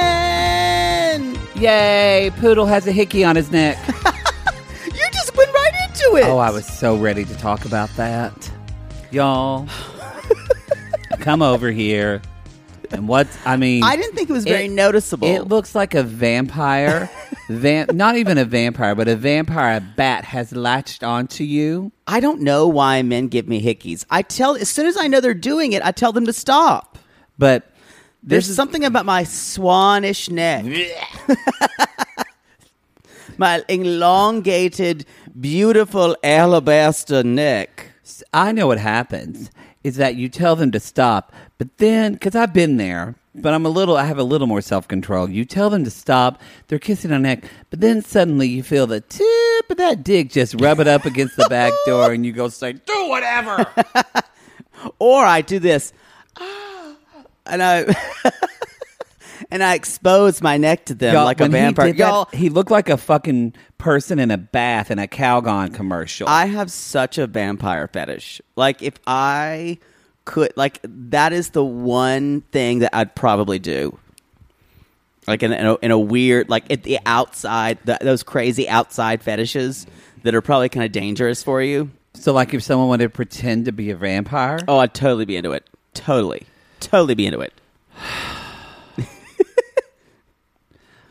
Reunion! Yay, Poodle has a hickey on his neck. You just went right into it. oh, I was so ready to talk about that. Y'all, come over here. And what, I mean, I didn't think it was very It- noticeable. it looks like a vampire. Vam- not even a vampire, but a vampire bat has latched onto you. I don't know why men give me hickeys. I tell as soon as I know they're doing it, I tell them to stop. But There's something about my swanish neck. my elongated, beautiful alabaster neck. I know what happens is that you tell them to stop, but then because I've been there, but I'm a little, I have a little more self control. You tell them to stop, they're kissing on neck, but then suddenly you feel the tip of that dick just rub it up against the back door, and you go say, "Do whatever." Or I do this. ah, And I and I expose my neck to them Y'all, like a when he vampire. did that, Y'all, he looked like a fucking person in a bath in a Calgon commercial. I have such a vampire fetish. Like if I could like that is the one thing that I'd probably do. Like in, in, a, in a weird like at the outside the, those crazy outside fetishes that are probably kind of dangerous for you. so, like, if someone wanted to pretend to be a vampire, Oh, I'd totally be into it. Totally. Totally be into it.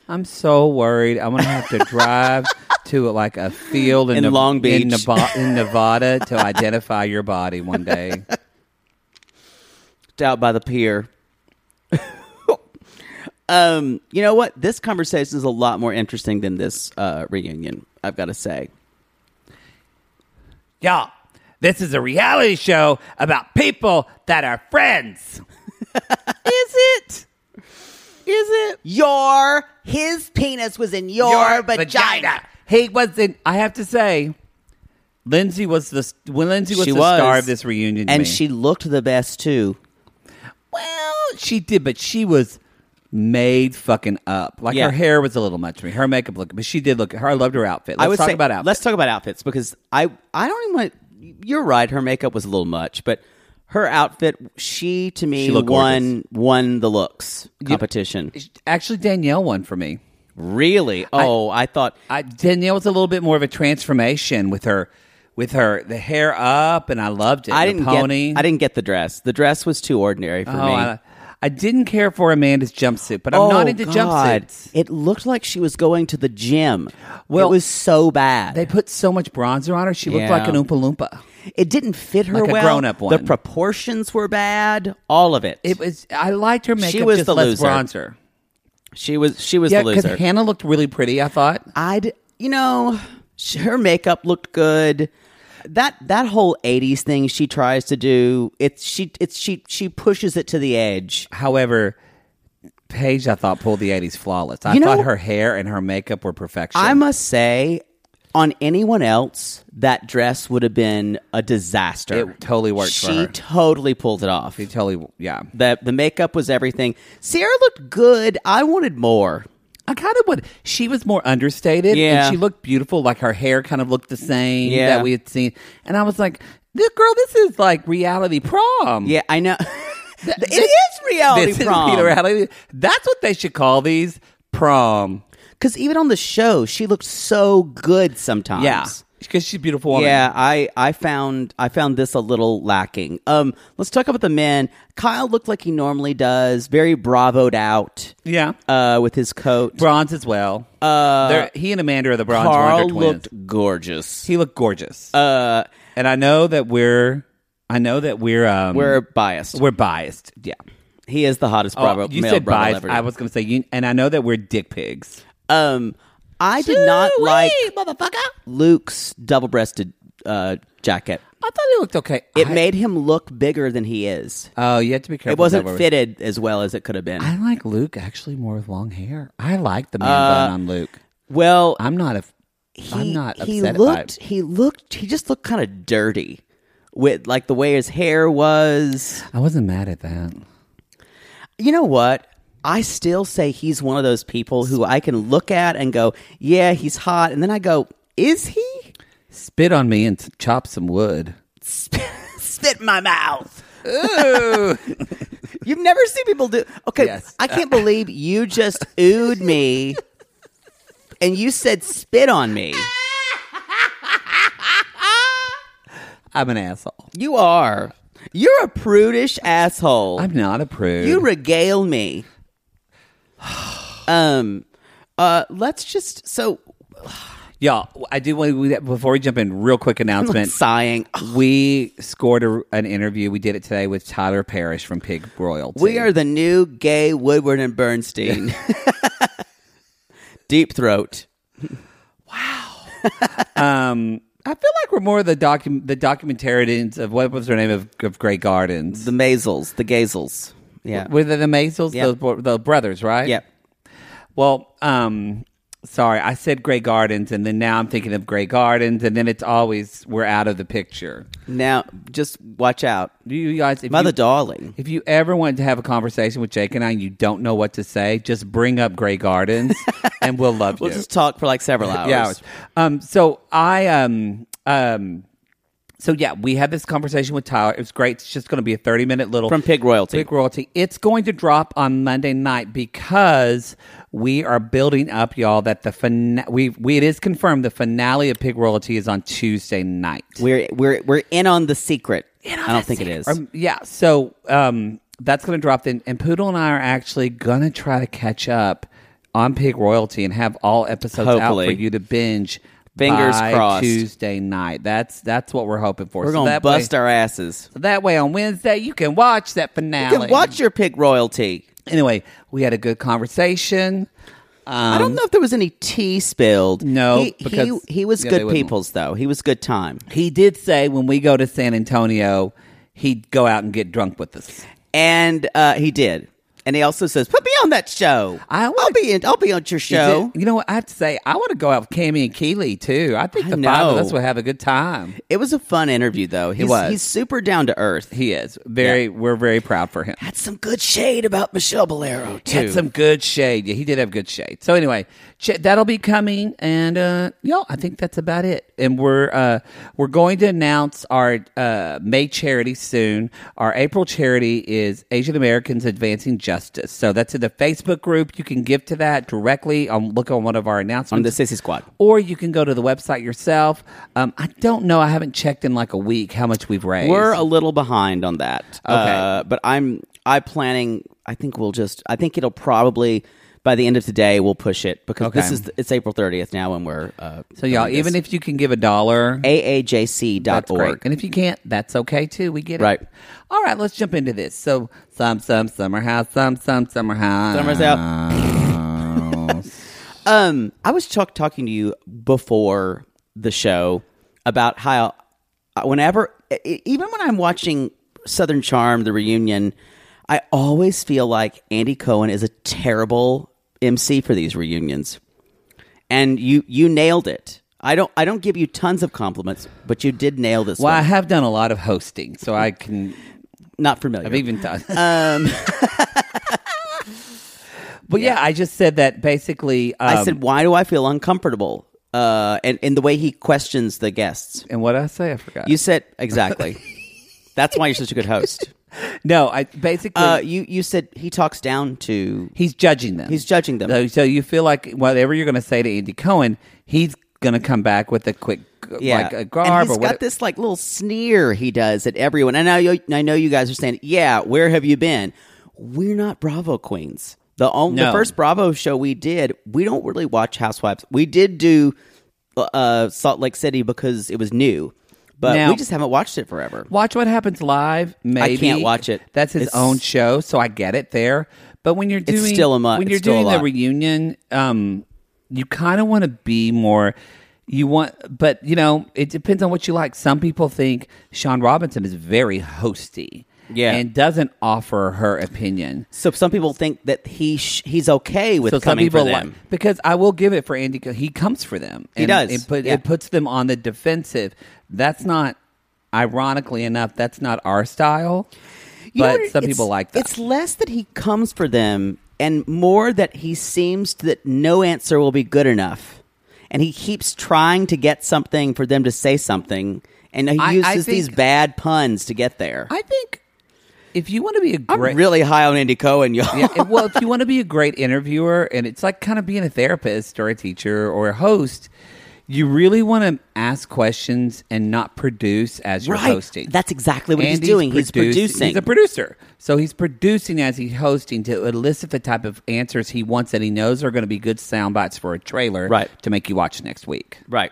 I'm so worried. I'm gonna have to drive to like a field in, In Nev- Long Beach. in, Neva- in Nevada, to identify your body one day. out by the pier. um, you know what? This conversation is a lot more interesting than this uh, reunion. I've got to say. Y'all, this is a reality show about people that are friends. Is it? Is it? Your his penis was in your, He wasn't. I have to say, Lindsay was the when Lindsay was She the was. star of this reunion, to and me. she looked the best too. well, she did, but she was. Made fucking up. Like Yeah. her hair was a little much to me. Her makeup looked, but she did look. Her, I loved her outfit. Let's I would talk say, about outfits. Let's talk about outfits because I I don't even want. You're right. Her makeup was a little much, but her outfit, she to me She looked won won the looks competition. Actually, Danielle won for me. Really? Oh, I thought I, Danielle was a little bit more of a transformation with her, with her the hair up, and I loved it. I The didn't pony. get. I didn't get the dress. The dress was too ordinary for Oh, me. Oh, I, I didn't care for Amanda's jumpsuit, but I'm not into God. jumpsuits. It looked like she was going to the gym. Well, Well, it was so bad. They put so much bronzer on her; she looked Yeah. like an Oompa Loompa. it didn't fit her Like a well. grown-up The one. proportions were bad. All of it. It was. I liked her makeup. was just the less loser. bronzer. she was. She was Yeah, the because loser. Hannah looked really pretty. I thought. I'd. You know, sh- her makeup looked good. That that whole '80s thing she tries to do. It's she. It's she. She pushes it to the edge. However, Paige, I thought pulled the '80s flawless. I You know- thought her hair and her makeup were perfection. I must say, on anyone else, that dress would have been a disaster. It totally worked for She her. totally pulled it off. She totally, yeah. the the makeup was everything. Sierra looked good. I wanted more. I kind of would. She was more understated. Yeah. And she looked beautiful. Like her hair kind of looked the same Yeah. that we had seen. And I was like, this girl, this is like reality prom. Yeah, I know. it This- is reality this prom. Is reality. That's what they should call these prom. Because even on the show, she looked so good sometimes. Yeah. Because she's a beautiful woman. Yeah, I, I found I found this a little lacking. Um, let's talk about the men. Kyle looked like he normally does, very bravoed out. Yeah. Uh, with his coat. Bronze as well. Uh, he and Amanda are the bronze Carl Wonder twins. looked gorgeous. he looked gorgeous. Uh, and I know that we're, I know that we're, um, We're biased. we're biased. Yeah. he is the hottest bravo you male said bravo biased. ever. I was going to say, you, and I know that we're dick pigs. um, I did not Ooh-wee, like motherfucker. Luke's double-breasted uh, jacket. I thought he looked okay. It I- made him look bigger than he is. Oh, you have to be careful. It wasn't with that word. fitted as well as it could have been. I like Luke actually more with long hair. I like the man bun on Luke. well, I'm not a. he, am not upset he about looked it. he looked he just looked kind of dirty with like the way his hair was. I wasn't mad at that. You know what? I still say he's one of those people who I can look at and go, "Yeah, he's hot," and then I go, "Is he?" Spit on me and s- chop some wood. Spit, spit in my mouth. Ooh. You've never seen people do. Okay, Yes. I can't believe you just oohed me, and you said spit on me. I'm an asshole. You are. You're a prudish asshole. I'm not a prude. you regale me. um, uh, let's just so Y'all, I do want we, before we jump in, real quick announcement. sighing. We scored a, an interview. We did it today with Tyler Parrish from Pig Royalty. We are the new gay Woodward and Bernstein. Deep throat. Um, I feel like we're more the docu- the documentarians of what was her name of, of Grey Gardens. The Mazels. The Gazels. Yeah. Were they the Maisels? Yeah. Those bro- the brothers, right? yeah. Well, um, sorry, I said Grey Gardens, and then now I'm thinking of Grey Gardens, and then it's always we're out of the picture. Now, just watch out. Do you guys, if Mother you, darling. if you ever want to have a conversation with Jake and I, and you don't know what to say, just bring up Grey Gardens, and we'll love We'll you. just talk for like several hours. Yeah. hours. Um, so I um um so yeah, we had this conversation with Tyler. It was great. It's just going to be a thirty minute little From Pig Royalty. Pig Royalty. It's going to drop on Monday night because we are building up, y'all. That the fin we we it is confirmed the finale of Pig Royalty is on Tuesday night. We're we're we're in on the secret. I don't think it is. Um, yeah. So um, that's going to drop then. And Poodle and I are actually going to try to catch up on Pig Royalty and have all episodes Hopefully. out for you to binge. Fingers by crossed. Tuesday night. That's that's what we're hoping for. We're So gonna that bust way, our asses. that way on Wednesday you can watch that finale. You can watch your pig royalty. Anyway, we had a good conversation. I don't know if there was any tea spilled. No, he, because- he, he was yeah, they good wouldn't. people's though. He was good time, He did say when we go to San Antonio, he'd go out and get drunk with us. and uh, he did. And he also says, "Put me on that show. I will wanna- be in. I'll be on your show." Is it- you know what? I have to say, I want to go out with Cammy and Keely too. I think I the five of know. us will have a good time. It was a fun interview though. He's, was. He's super down to earth. He is very. We're very proud for him. had some good shade about Michelle Bolero He too. had some good shade. Yeah, he did have good shade. So anyway, ch- that'll be coming, and uh, y'all, I think that's about it. And we're uh, we're going to announce our uh, May charity soon. Our April charity is Asian Americans Advancing Justice. So that's in the Facebook group. You can give to that directly. On look on one of our announcements on the Sissy Squad. or you can go to the website yourself. Um, I don't know. I haven't checked in like a week how much we've raised. We're a little behind on that. Okay. Uh, but I'm I planning I think we'll just I think it'll probably by the end of today we'll push it because this Okay. is it's April 30th now and we're uh, so y'all, even if you can give a dollar, that's great. aajc.org. And if you can't, that's okay too. We get Right. it. All right, let's jump into this. So some, some, summer house, some, some, summer house. Summer's out. um I was talk- talking to you before the show about how uh, whenever e- even when I'm watching Southern Charm the reunion I always feel like Andy Cohen is a terrible MC for these reunions. and you you nailed it. I don't. I don't give you tons of compliments, but you did nail this Well, I one. have done a lot of hosting, so I can. Not familiar. I've even done. Um. but yeah. I just said that basically. Um, I said, why do I feel uncomfortable? Uh, and and the way he questions the guests. and what did I say? I forgot. You said exactly. That's why you're such a good host. no, I basically Uh, you you said he talks down to. he's judging them. He's judging them. So, so you feel like whatever you're going to say to Andy Cohen, he's going to come back with a quick, uh, Yeah, like a and garb he's or what? got this like little sneer he does at everyone. And I know, I know you guys are saying, "Yeah, where have you been?" We're not Bravo queens. The only, the No. first Bravo show we did, we don't really watch Housewives. We did do uh, Salt Lake City because it was new, but Now- we just haven't watched it forever. Watch What Happens Live. Maybe can't watch it. That's his It's- own show, so I get it there. But when you're It's doing still a mu- when it's you're still a doing the lot. reunion, um, you kind of want to be more. You want, but you know, it depends on what you like. Some people think Sean Robinson is very hosty, Yeah. and doesn't offer her opinion. So some people think that he sh- he's okay with so some coming people for like them. because I will give it for Andy. He comes for them. He And does, It, put, yeah. it puts them on the defensive. That's not, ironically enough, that's not our style. You know but what it- some it's- people like that. It's less that he comes for them and more that he seems that no answer will be good enough. And he keeps trying to get something for them to say something. And he I- I uses these think- bad puns to get there. I, I think if you want to be a am great, really high on Andy Cohen, y'all. Yeah, it- well, if you want to be a great interviewer, and it's like kind of being a therapist or a teacher or a host. You really want to ask questions and not produce as you're Right. hosting. That's exactly what he's And doing. He's producing. He's a producer. So he's producing as he's hosting to elicit the type of answers he wants that he knows are going to be good sound bites for a trailer Right. to make you watch next week. Right.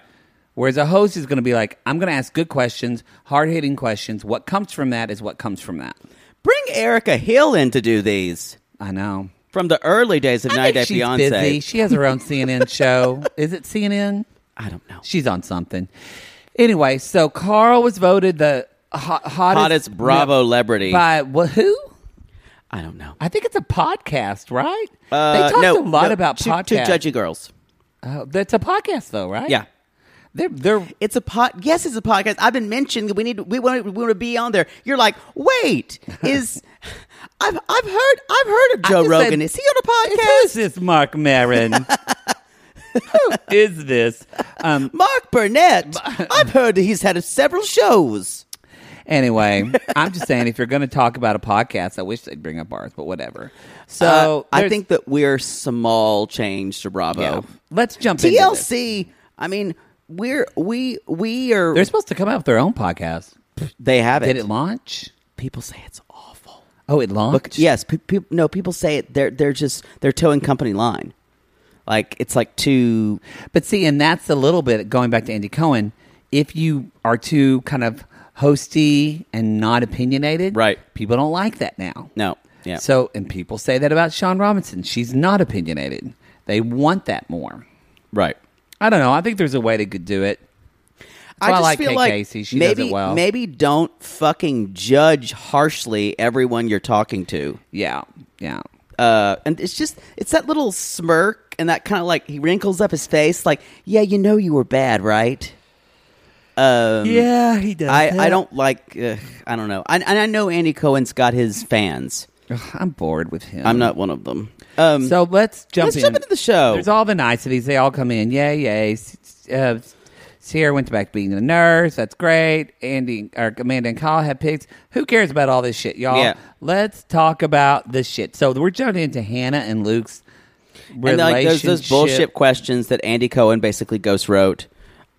Whereas a host is going to be like, I'm going to ask good questions, hard hitting questions. What comes from that is what comes from that. Bring Erica Hill in to do these I know. from the early days of I Night Day think she's Fiance. busy. She has her own CNN show. Is it CNN? I don't know. She's on something. Anyway, so Carl was voted the hot, hottest, Hottest Bravo celebrity. by wh- who? I don't know. I think it's a podcast, right? Uh, they talked no, a lot no, about two, podcasts. Two judgy girls. Oh, that's a podcast, though, right? Yeah. they're they're It's a pod. Yes, it's a podcast. I've been mentioned. We need. We want. We want to be on there. You're like, wait, is I've I've heard I've heard of I Joe just Rogan. said- is he on a Who's podcast? this Mark Maron? Who is this? Um, Mark Burnett. I've heard that he's had several shows. anyway, I'm just saying, if you're going to talk about a podcast, I wish they'd bring up ours, but whatever. So Uh, I there's- think that we're small change to Bravo. yeah. let's jump into this. TLC. I mean, we're we we are. They're supposed to come out with their own podcast. they have it. Did it launch? People say it's awful. Oh, it launched. Look, yes, pe- pe- no, people say it. They're they're just they're towing company line. Like it's like too But see, and that's a little bit going back to Andy Cohen. If you are too kind of hosty and not opinionated, Right. People don't like that now. No. Yeah. So, and people say that about Sean Robinson. She's not opinionated. They want that more. right. I don't know. I think there's a way they could do it. That's why I like Kate Casey. She does maybe it well. maybe don't fucking judge harshly everyone you're talking to. Yeah. Yeah. Uh, and it's just it's that little smirk and that kind of like he wrinkles up his face, like yeah, you know you were bad, right? Um, yeah, he does. I, I don't like uh, I don't know. I, and I know Andy Cohen's got his fans. I'm bored with him. I'm not one of them. Um, So let's jump. Let's in. jump into the show. There's all the niceties. They all come in. Yay, yay. S- s- Uh, Sierra went back to being a nurse. That's great. Andy or Amanda and Kyle had pigs. Who cares about all this shit, y'all? Yeah. Let's talk about this shit. So we're jumping into Hannah and Luke's and relationship. like there's those bullshit questions that Andy Cohen basically ghost wrote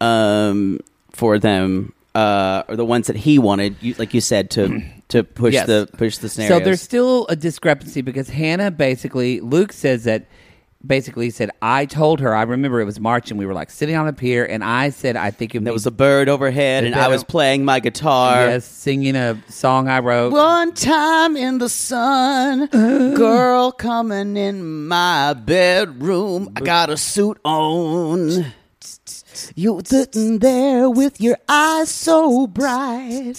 um, for them, uh, or the ones that he wanted, you, like you said, to to push Yes. the push the scenarios. So there's still a discrepancy because Hannah basically Luke says that basically he said I told her I remember it was March and we were like sitting on a pier and I said I think it there was a bird overhead, and I was playing my guitar. yes, singing a song I wrote. One time in the sun, girl coming in my bedroom. I got a suit on. You sitting there with your eyes so bright.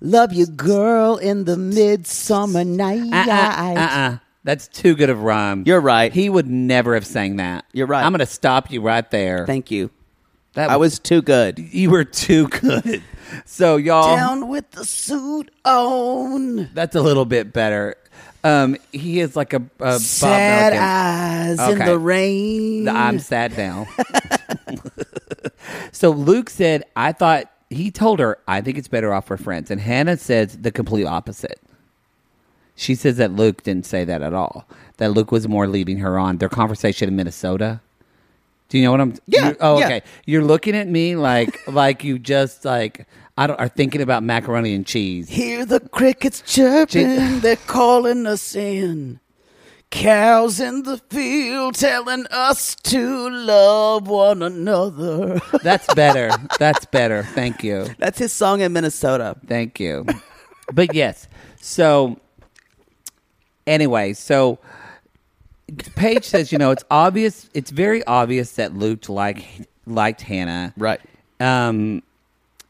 Love you, girl, in the midsummer night. uh, uh-uh, uh-uh. That's too good of rhyme. You're right. He would never have sang that. You're right. I'm going to stop you right there. Thank you. That I was too good. You were too good. So y'all, Down with the suit on. that's a little bit better. Um, he is like a, a Sad Bob Melkin. eyes in Okay. the rain. The Mm. I'm sad now. so Luke said, I thought he told her, I think it's better off we're friends. And Hannah says the complete opposite. She says that Luke didn't say that at all. That Luke was more leading her on. Their conversation in Minnesota. Do you know what I'm? Yeah, you- oh, yeah. okay. You're looking at me like like you just like I don't are thinking about macaroni and cheese. Hear the crickets chirping, they're calling us in. Cows in the field telling us to love one another. That's better. That's better. Thank you. That's his song in Minnesota. Thank you. but yes. So anyway, so Paige says, you know, it's obvious it's very obvious that Luke like liked Hannah. Right. Um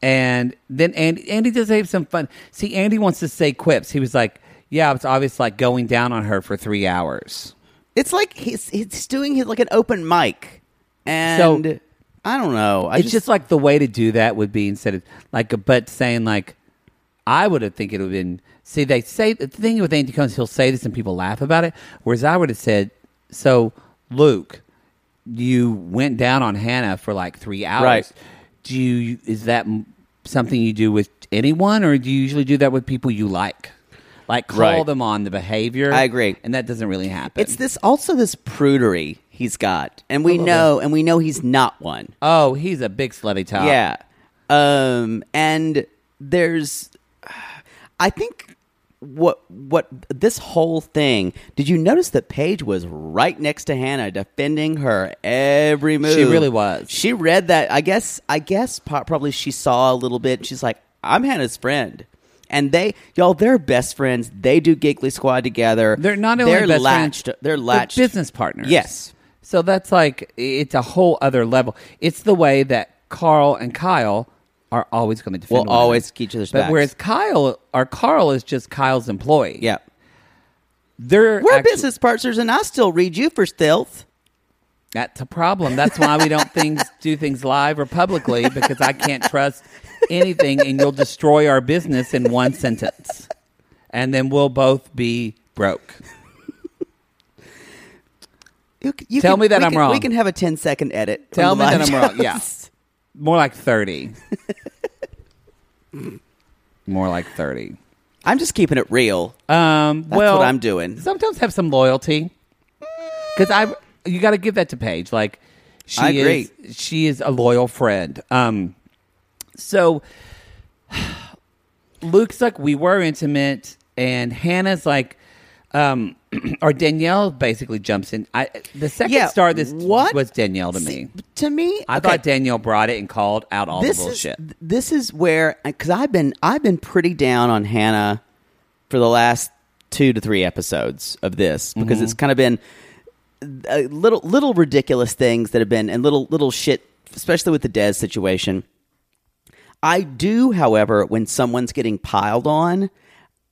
and then Andy Andy does have some fun. See, Andy wants to say quips. He was like, Yeah, it's obvious like going down on her for three hours. It's like he's he's doing his like an open mic, and So- I don't know. I it's just, like the way to do that would be instead of like a but saying like I would have think it would have been see they say the thing with Andy Combs he'll say this and people laugh about it whereas I would have said so Luke you went down on Hannah for like three hours Right. do you is that m- something you do with anyone or do you usually do that with people you like like call Right. them on the behavior I agree. and that doesn't really happen it's this also this prudery he's got, and we know, and we know he's not one. oh he's a big slutty top Yeah. Um and there's I think what what this whole thing did you notice that Paige was right next to Hannah defending her every move really was. she read that I guess I guess po- probably she saw a little bit she's like I'm Hannah's friend and they y'all they're best friends they do Giggly Squad together They're not only they're best latched friends, they're latched business partners. Yes. So that's like it's a whole other level. It's the way that Carl and Kyle are always going to defend. Will one another. always keep each other's But backs. whereas Kyle or Carl is just Kyle's employee. yeah they're we're actu- business partners and I still read you for stealth That's a problem. That's why we don't things do things live or publicly because I can't trust anything, and you'll destroy our business in one sentence, and then we'll both be broke. You, c- you Tell can- me that we I'm can- We wrong. can have a 10 second edit. from Tell the me that live I'm wrong. Yeah. shows. More like 30. More like 30. I'm just keeping it real. Um, That's well, what I'm doing. Sometimes have some loyalty. Because I, you got to give that to Paige. Like, she I is, she is a loyal friend. Um, so Luke's like, we were intimate, and Hannah's like, um, or Danielle basically jumps in. I the second Yeah, star of this what? was Danielle to me. To me, I okay, thought Danielle brought it and called out all this the bullshit. Is, this is where, because I've been, I've been pretty down on Hannah for the last two to three episodes of this because Mm-hmm. it's kind of been uh, little, little ridiculous things that have been, and little, little shit, especially with the Des situation. I do, however, when someone's getting piled on,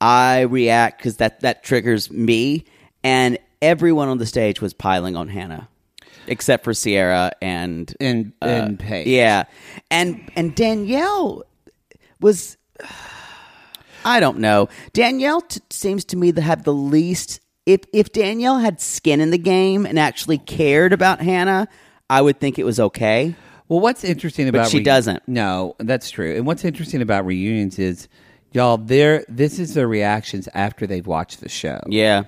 I react because that that triggers me. And everyone on the stage was piling on Hannah, except for Sierra and And- and Paige. Uh, Yeah, and and Danielle was. I don't know. Danielle t- seems to me to have the least. If if Danielle had skin in the game and actually cared about Hannah, I would think it was okay. Well, what's interesting about she doesn't. No, that's true. And what's interesting about reunions is, y'all, there. This is their reactions after they've watched the show. Yeah.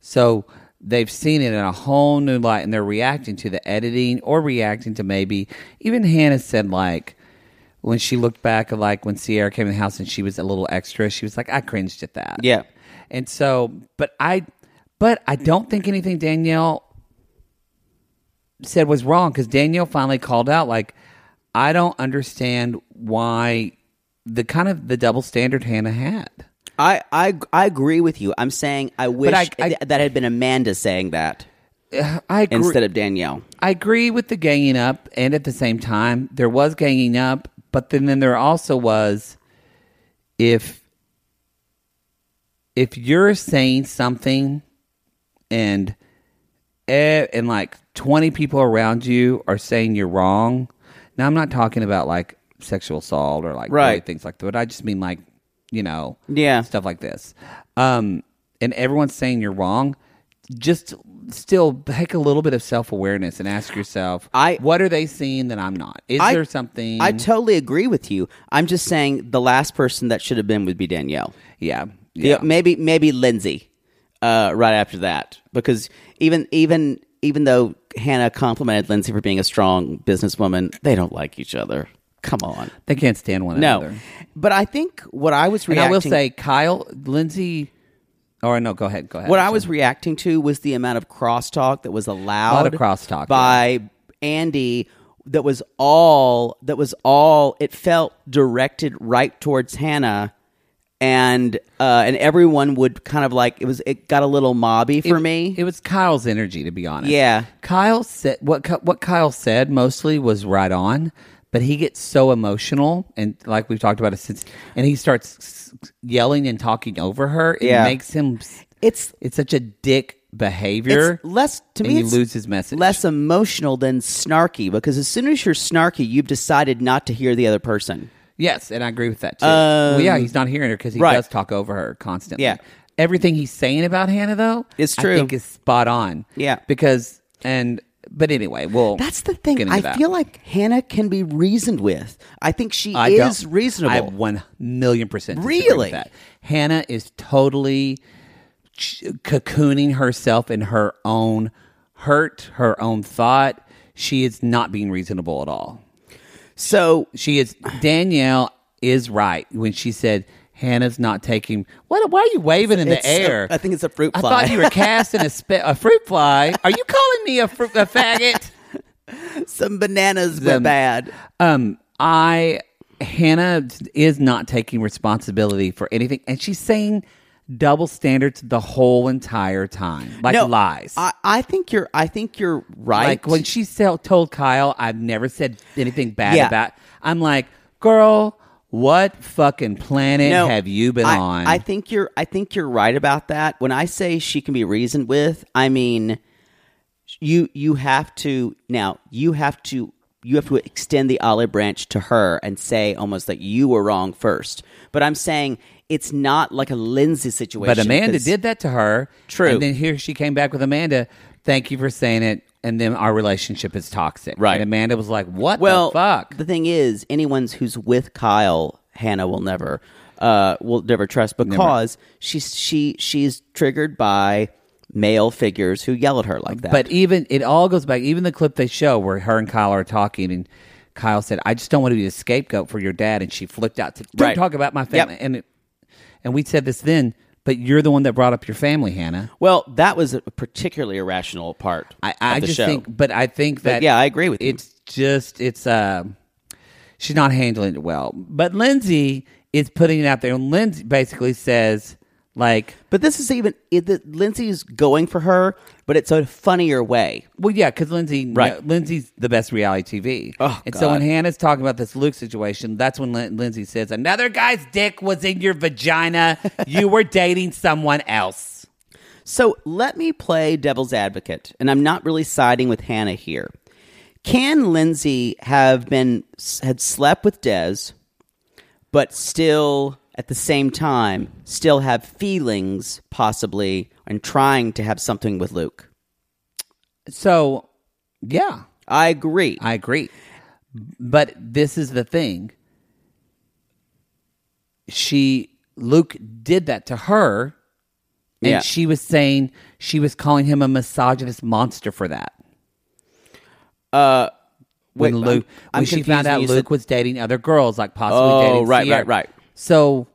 So they've seen it in a whole new light, and they're reacting to the editing or reacting to maybe even Hannah said like. When she looked back, like when Sierra came in the house and she was a little extra, she was like, "I cringed at that." Yeah. and so, but I, but I don't think anything Danielle said was wrong because Danielle finally called out like, I don't understand why the kind of the double standard Hannah had. I, I I agree with you. I'm saying I wish I- I- th- that had been Amanda saying that I agree. instead of Danielle. I agree with the ganging up, and at the same time, there was ganging up, but then then there also was if if you're saying something and eh, and like 20 people around you are saying you're wrong, Now I'm not talking about like sexual assault or like Right. really things like that, but I just mean like you know Yeah. stuff like this. Um, and everyone's saying you're wrong. Just still take a little bit of self awareness and ask yourself, I- what are they seeing that I'm not? Is I- there something? I totally agree with you. I'm just saying the last person that should have been would be Danielle. yeah, Yeah. maybe maybe Lindsay uh, right after that because even even even though Hannah complimented Lindsay for being a strong businesswoman, they don't like each other. Come on, They can't stand one no. another. But I think what I was And reacting, I will say, Kyle, Lindsay, or no, go ahead, go ahead. what I'm I sorry. was reacting to was the amount of crosstalk that was allowed. crosstalk, by Andy. That was all. That was all. It felt directed right towards Hannah, and uh, and everyone would kind of like it was. It got a little mobby for it, me. It was Kyle's energy, to be honest. Yeah. Kyle said what Ky- what Kyle said mostly was right on, but he gets so emotional and like we've talked about it since, and he starts s- s- yelling and talking over her. It Yeah. makes him. s- It's- it's such a dick behavior. it's less to and me. you it's lose his message. Less emotional than snarky because as soon as you're snarky, you've decided not to hear the other person. Yes, and I agree with that too. well, yeah, he's not hearing her because he Um, right. does talk over her constantly. Yeah. everything he's saying about Hannah though, It's I true. think is spot on. Yeah. because and but anyway, well, That's the thing. get into I that. feel like Hannah can be reasoned with. I think she I is don't- reasonable. I one million percent disagree with Really? that. Hannah is totally ch- cocooning herself in her own hurt, her own thought. She is not being reasonable at all. so She is Danielle is right when she said Hannah's not taking. What? Why are you waving in the It's a- air? I think it's a fruit I fly. thought you were casting a, spe- a fruit fly. Are you calling me a, fru- a faggot? some bananas were Um, bad. Um, I Hannah is not taking responsibility for anything, and she's saying double standards the whole entire time, like no lies. I, I think you're. I think you're right. like when she sell, told Kyle, "I've never said anything bad Yeah. about." I'm like, girl, what fucking planet No, have you been I- on? I think you're. I think you're right about that. When I say she can be reasoned with, I mean you. You have to now. You have to. You have to extend the olive branch to her and say almost that you were wrong first. But I'm saying it's not like a Lindsay situation. but Amanda 'cause- did that to her. True. And then here she came back with Amanda. Thank you for saying it. And then our relationship is toxic. Right. And Amanda was like, "What Well, the fuck?" The thing is, anyone's who's with Kyle, Hannah will never, uh, will never trust because she's she she's triggered by male figures who yell at her like that. But even it all goes back. Even the clip they show where her and Kyle are talking, and Kyle said, "I just don't want to be the scapegoat for your dad," and she flipped out to don't Right. talk about my family. Yep. And it, and we said this then, but you're the one that brought up your family, Hannah. well, that was a particularly irrational part. I, I of the just show. think, but I think that yeah, I agree with you. It's just it's uh, she's not handling it well. But Lindsay is putting it out there, and Lindsay basically says like. But this is even it, the, Lindsay's going for her, but it's a funnier way. Well, yeah, because Lindsay, Right. Lindsay's the best reality TV. Oh, and so when God. Hannah's talking about this Luke situation, that's when Lin- Lindsay says, "Another guy's dick was in your vagina. you were dating someone else." So let me play devil's advocate, and I'm not really siding with Hannah here. Can Lindsay have been had slept with Des, but still at the same time still have feelings possibly and trying to have something with Luke? So, yeah, I agree. I agree. But this is the thing. She Luke did that to her, and Yeah. she was saying she was calling him a misogynist monster for that. uh, when wait, Luke I'm- I'm when she confused found when out you Luke said- was dating other girls, like possibly Oh, dating right, Sierra. right, right. So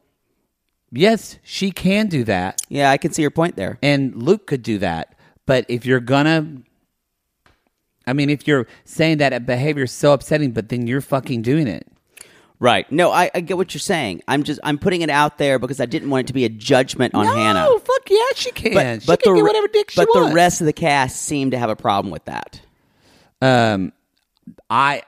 yes, she can do that, yeah, I can see your point there. and Luke could do that. But if you're gonna, I mean, if you're saying that behavior is so upsetting, but then you're fucking doing it. Right? No, I, I get what you're saying. I'm just I'm putting it out there because I didn't want it to be a judgment on Hannah. No, fuck yeah, she can. she can the, get whatever dick she but wants. the rest of the cast seemed to have a problem with that. I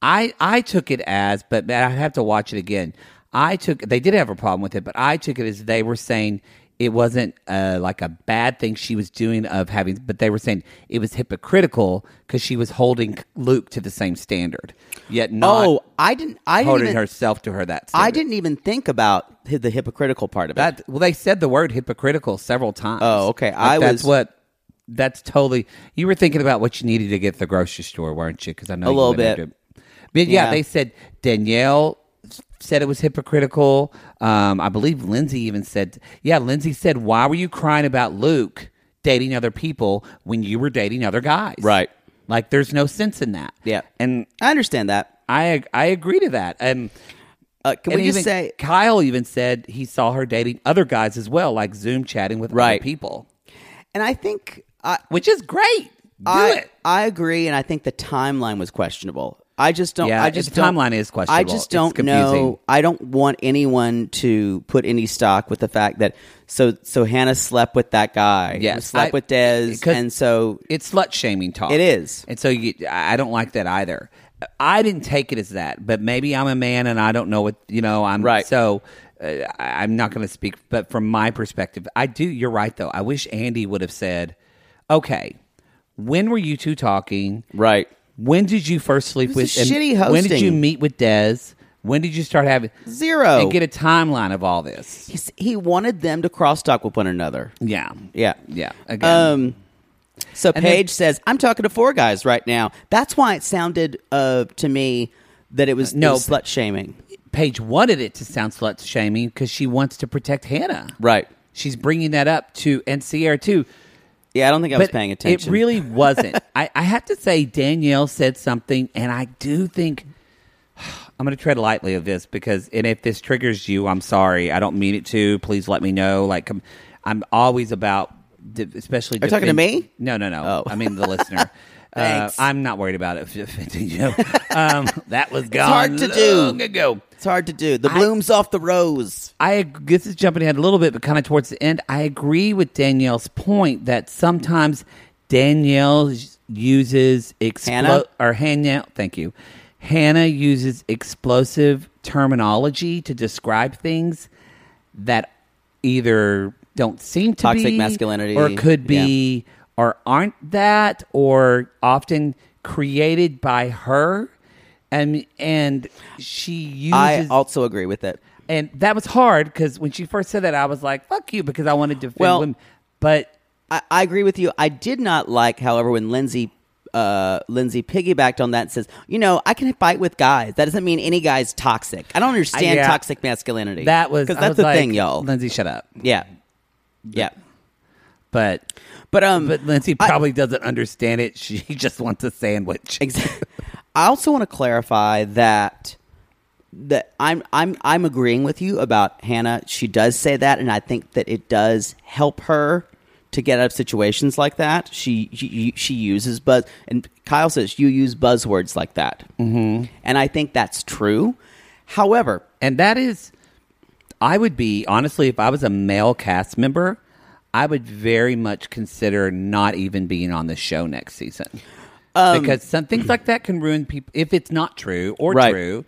I I took it as, but I have to watch it again. I took they did have a problem with it, but I took it as they were saying it wasn't uh, like a bad thing she was doing of having, but they were saying it was hypocritical because she was holding Luke to the same standard, yet not oh, I didn't. I didn't holding even, herself to her that. Standard. I didn't even think about the hypocritical part of it. That well, they said the word hypocritical several times. Oh, okay. Like, I that's was- what. That's totally. You were thinking about what you needed to get at the grocery store, weren't you? Because I know A you little went bit. into it. But yeah, Yeah. they said Danielle said it was hypocritical. Um, I believe Lindsay even said, yeah, Lindsay said, why were you crying about Luke dating other people when you were dating other guys? Right. Like, there's no sense in that. yeah, and I understand that. I I agree to that. And Uh, can and we just even say Kyle even said he saw her dating other guys as well, like Zoom chatting with Right. other people, And I think I, which is great. Do I, it. I agree, and I think the timeline was questionable. I just don't. Yeah, I just the don't- timeline is questionable. I It's just don't confusing. know. I don't want anyone to put any stock with the fact that so so Hannah slept with that guy. Yes, and slept I- with Dez, 'cause- and so It's slut shaming talk. It is. and so you, I I don't like that either. I didn't take it as that, but maybe I'm a man and I don't know what you know. I'm Right. So uh, I- I'm not going to speak, but from my perspective, I do. You're right though. I wish Andy would have said, "Okay, when were you two talking? right. When did you first sleep It with was a shitty When did hosting. you meet with Dez? When did you start having Zero. and get a timeline of all this? He's, he wanted them to cross talk with one another. Yeah, Yeah. yeah. Again, Um. So then- Paige says, "I'm talking to four guys right now." That's why it sounded uh, to me that it was No, no slut shaming. Paige wanted it to sound slut shaming because she wants to protect Hannah. Right. She's bringing that up to and Sierra too. Yeah, I don't think I was paying It attention. really wasn't. I, I have to say, Danielle said something, and I do think I'm going to tread lightly of this because, and if this triggers you, I'm sorry. I don't mean it to. Please let me know. Like, I'm, I'm always about, de- especially. Are you talking to me? No, no, no. Oh. I mean the listener. Uh, Thanks. I'm not worried about it. You know, um, that was gone hard to do. long ago. It's hard to do. The bloom's off the rose. I ag- this is jumping ahead a little bit, but kind of towards the end. I agree with Danielle's point that sometimes Danielle uses Hannah? explosive or Hannah. Thank you. Hannah uses explosive terminology to describe things that either don't seem to Toxic be masculinity, or could be or aren't that or often created by her and and she uses I also agree with it. and that was hard because when she first said that, I was like, "Fuck you," because I wanted to defend Well- women. But I, I agree with you. I did not like, however, when Lindsay uh, Lindsay piggybacked on that and says, you know, I can fight with guys. That doesn't mean any guy's toxic. I don't understand Yeah. toxic masculinity. that was because I that's was the like, thing, y'all. Lindsay, shut up. yeah, yeah. But But um, but Lindsay I- probably doesn't understand it. She just wants a sandwich. Exactly. I also want to clarify that that I'm I'm I'm agreeing with you about Hannah. She does say that, and I think that it does help her to get out of situations like that. She she, she uses buzz, and Kyle says you use buzzwords like that, mm-hmm. and I think that's true. However, And that is, I would be honestly, if I was a male cast member, I would very much consider not even being on the show next season Um, because some things like that can ruin people if it's not true or Right. true.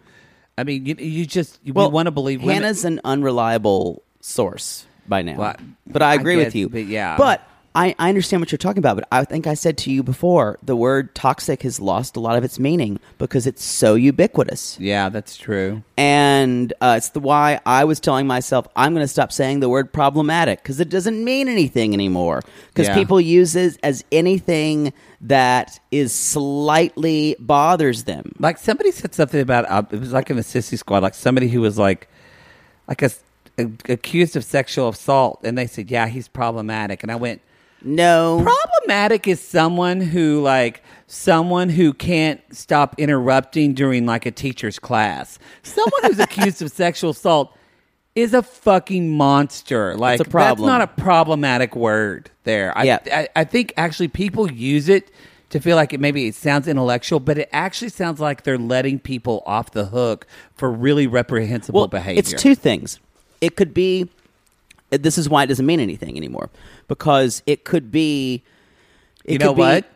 I mean, you, you just you well, want to believe women. Hannah's an unreliable source by now. Well, but I I agree guess, with you. but yeah. But I, I understand what you're talking about. But I think I said to you before the word toxic has lost a lot of its meaning because it's so ubiquitous. Yeah, that's true. And uh, it's the why I was telling myself I'm going to stop saying the word problematic because it doesn't mean anything anymore. Because Yeah. people use it as anything that is slightly bothers them. Like somebody said something about uh, it was like in the sissy squad, like somebody who was like, like a, a- accused of sexual assault, and they said, yeah, he's problematic, and I went, No, problematic is someone who like someone who can't stop interrupting during like a teacher's class. Someone who's accused of sexual assault is a fucking monster. Like a problem. that's not a problematic word there. I, Yeah. I I think actually people use it to feel like it maybe it sounds intellectual, but it actually sounds like they're letting people off the hook for really reprehensible behavior. It's two things. It could be uh, this is why it doesn't mean anything anymore because it could be. It You could know be- what?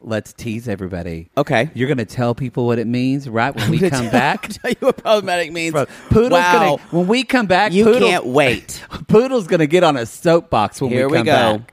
Let's tease everybody. Okay. You're going to tell people what it means, right? When we gonna come tell- back. Tell you what problematic means. Bro, Poodle's wow. gonna, when we come back, you Poodle- can't wait. Poodle's gonna get on a soapbox when Here we we come go. back.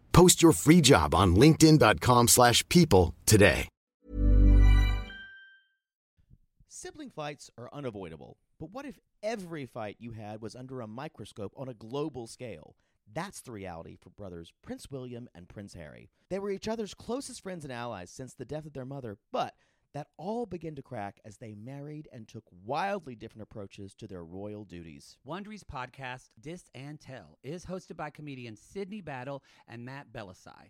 Post your free job on linkedin.com/people slash people today. Sibling fights are unavoidable, but what if every fight you had was under a microscope on a global scale? That's the reality for brothers Prince William and Prince Harry. They were each other's closest friends and allies since the death of their mother, but that all began to crack as they married and took wildly different approaches to their royal duties. Wondery's podcast, Dis and Tell, is hosted by comedians Sydney Battle and Matt Belisai.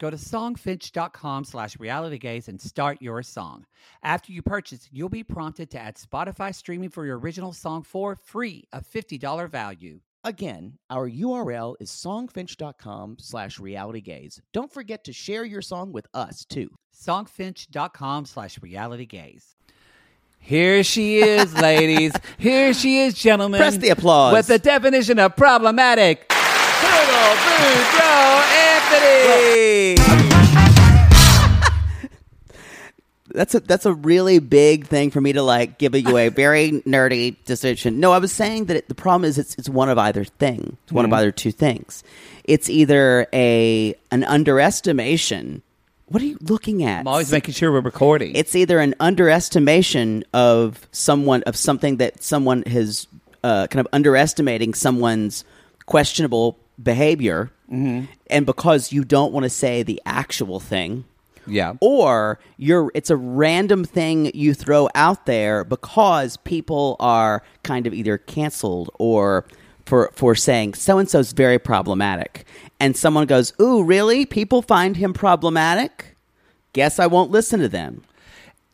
Go to songfinch.com slash realitygaze and start your song. After you purchase, you'll be prompted to add Spotify streaming for your original song for free, a $50 value. Again, our URL is songfinch.com slash realitygaze. Don't forget to share your song with us, too. songfinch.com slash reality gaze. Here she is, ladies. Here she is, gentlemen. Press the applause. With the definition of problematic, total Boudreaux Anthony. That's a that's a really big thing for me to like give you a very nerdy decision. No, I was saying that it, the problem is it's it's one of either thing. It's one Mm-hmm. of either two things. It's either a an underestimation. What are you looking at? I'm always making sure we're recording. it's either an underestimation of someone of something that someone has uh, kind of underestimating someone's questionable behavior Mm-hmm. and because you don't want to say the actual thing yeah. or you're it's a random thing you throw out there because people are kind of either canceled or for for saying so and so's very problematic and someone goes ooh really people find him problematic guess i won't listen to them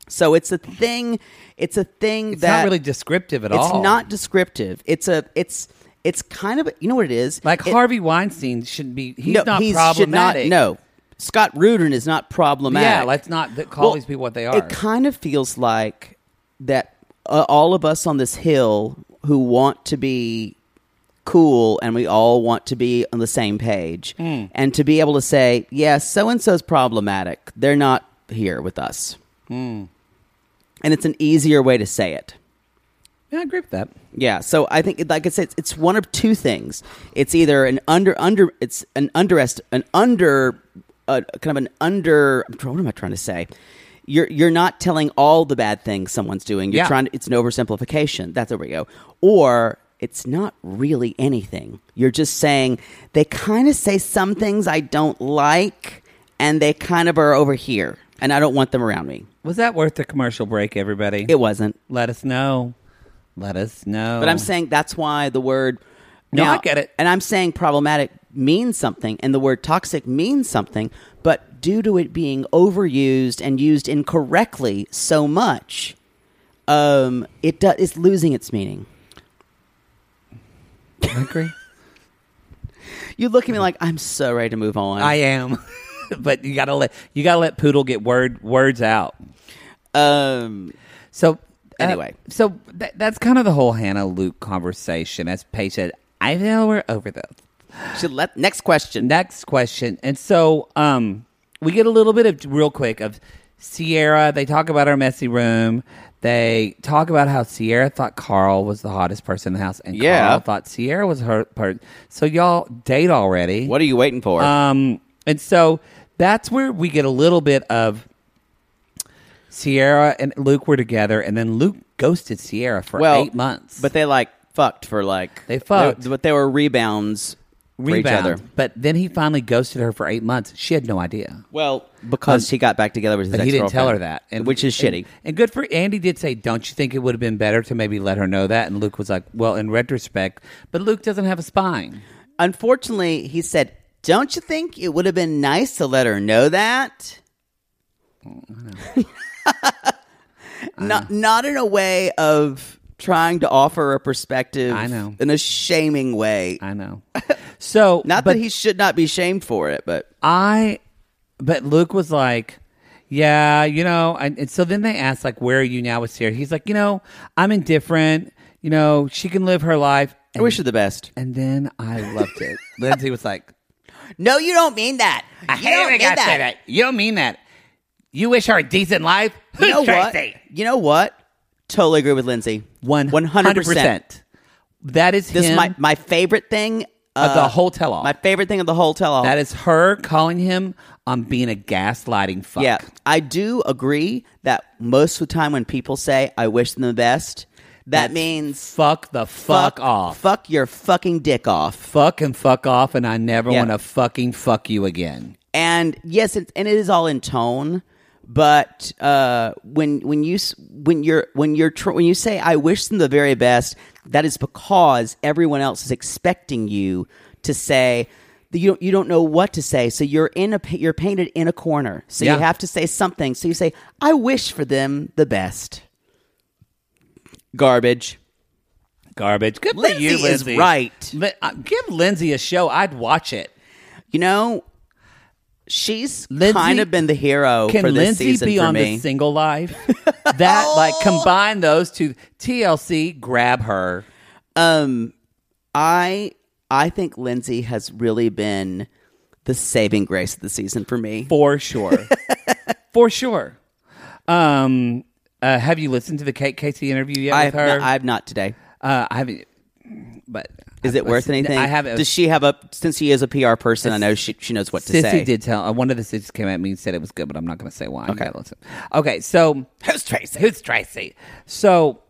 so it's a thing it's a thing It's that not really descriptive at it's all. not descriptive it's a it's it's kind of you know what it is like It- Harvey Weinstein shouldn't be. He's not he should not- problematic. no scott rudin is not problematic Yeah, let's not th- call these people what they are. it kind of feels like that uh, all of us on this hill who want to be cool and we all want to be on the same page Hmm. and to be able to say, yeah, so and so's problematic. They're not here with us. Hmm. And it's an easier way to say it. yeah, I agree with that. Yeah, so I think, like I said, it's, it's one of two things. It's either an under under, it's an underest, an under, uh, kind of an under. I'm try- What am I trying to say? You're you're not telling all the bad things someone's doing. You're Yeah. trying. To, it's an oversimplification. That's where we go. Or it's not really anything. You're just saying they kind of say some things I don't like, and they kind of are over here, and I don't want them around me. Was that worth the commercial break, everybody? It wasn't, Let us know. Let us know. but I'm saying that's why the word. Oh. No, I get it. And I'm saying problematic means something, and the word toxic means something, but due to it being overused and used incorrectly so much, um, it do- it's losing its meaning. I agree. You look at me like I'm so ready to move on. I am. but you gotta let you gotta let Poodle get word words out. um, So Anyway. uh, so th- that's kind of the whole Hannah Luke conversation. As Paige said, I feel we're over this. should let next question. Next question. And so um, we get a little bit of real quick of Sierra. They talk about her messy room. They talk about how Sierra thought Carl was the hottest person in the house, and Yeah. Carl thought Sierra was her person. So y'all date already. What are you waiting for? Um, and so that's where we get a little bit of Sierra and Luke were together, and then Luke ghosted Sierra for eight months. but they like fucked for like They fucked. but they were rebounds for each Rebound. other. But then he finally ghosted her for eight months. She had no idea. Well, because he got back together with his But he didn't tell her ex-girlfriend, that, which is and- shitty. And good for Andy did say, "Don't you think it would have been better to maybe let her know that?" And Luke was like, "Well, in retrospect, but Luke doesn't have a spine." Unfortunately, he said, Don't you think it would have been nice to let her know that? not, not in a way of trying to offer a perspective. I know. In a shaming way. I know. So Not but that he should not be shamed for it, but I, but Luke was like, yeah, you know, and, and so then they asked like, where are you now with Sierra? He's like, you know, I'm indifferent. You know, she can live her life. I And, wish her the best. and then I loved it. Lindsay was like, No, you don't mean that. I you don't hate when guys say that. You don't mean that. You wish her a decent life. You Who's know what? Tracy? You know what? Totally agree with Lindsay. One 100%. percent. That is This him. my my favorite thing uh, Of the whole tell-all. My favorite thing of the whole tell all. that is her calling him on being a gaslighting fuck. Yeah, I do agree that most of the time when people say "I wish them the best," that That's means fuck the fuck, off. fuck your fucking dick off. fuck and fuck off, and I never Yeah. want to fucking fuck you again. And yes, it, and it is all in tone, but uh, when when you s- when you're when you're tr- when you say "I wish them the very best," that is because everyone else is expecting you to say. that You don't, you don't know what to say, so you're in a pa- you're painted in a corner. So Yeah. you have to say something. So you say, "I wish for them the best." Garbage. Garbage. Good for you, Lindsay is Lindsay. right. Li- uh, give Lindsay a show. I'd watch it. You know, she's Lindsay- kind of been the hero Can Oh, for this Lindsay season be for on me. the single life? that like combine those two. TLC, grab her. Um, I I think Lindsay has really been the saving grace of the season for me. For sure. for sure. Um, uh, have you listened to the Kate Casey interview yet I with have, her? not, I have not today. uh, I haven't. But Is I've it worth listened- anything? I haven't. Does she have a? Since she is a PR person, I know she she knows what to Sissy say. did tell. Uh, one of the sisters came at me and said it was good, but I'm not going to say why. Okay, listen. Okay, so who's Tracy? Who's Tracy? So,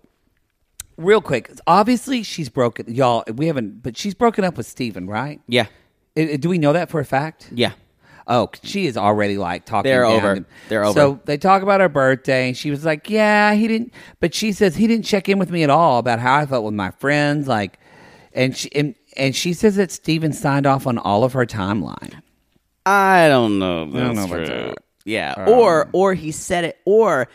real quick, obviously she's broken, y'all. We haven't, but she's broken up with Steven, right? Yeah, I- I- do we know that for a fact? yeah. Oh, 'cause she is already like talking. They're down over. to- They're over. So they talk about her birthday. and She was like, "Yeah, he didn't," but she says he didn't check in with me at all about how I felt with my friends. Like, and she and, and she says that Steven signed off on all of her timeline. I don't know. If I don't that's know about true. that. Um, Yeah, or or he said it, or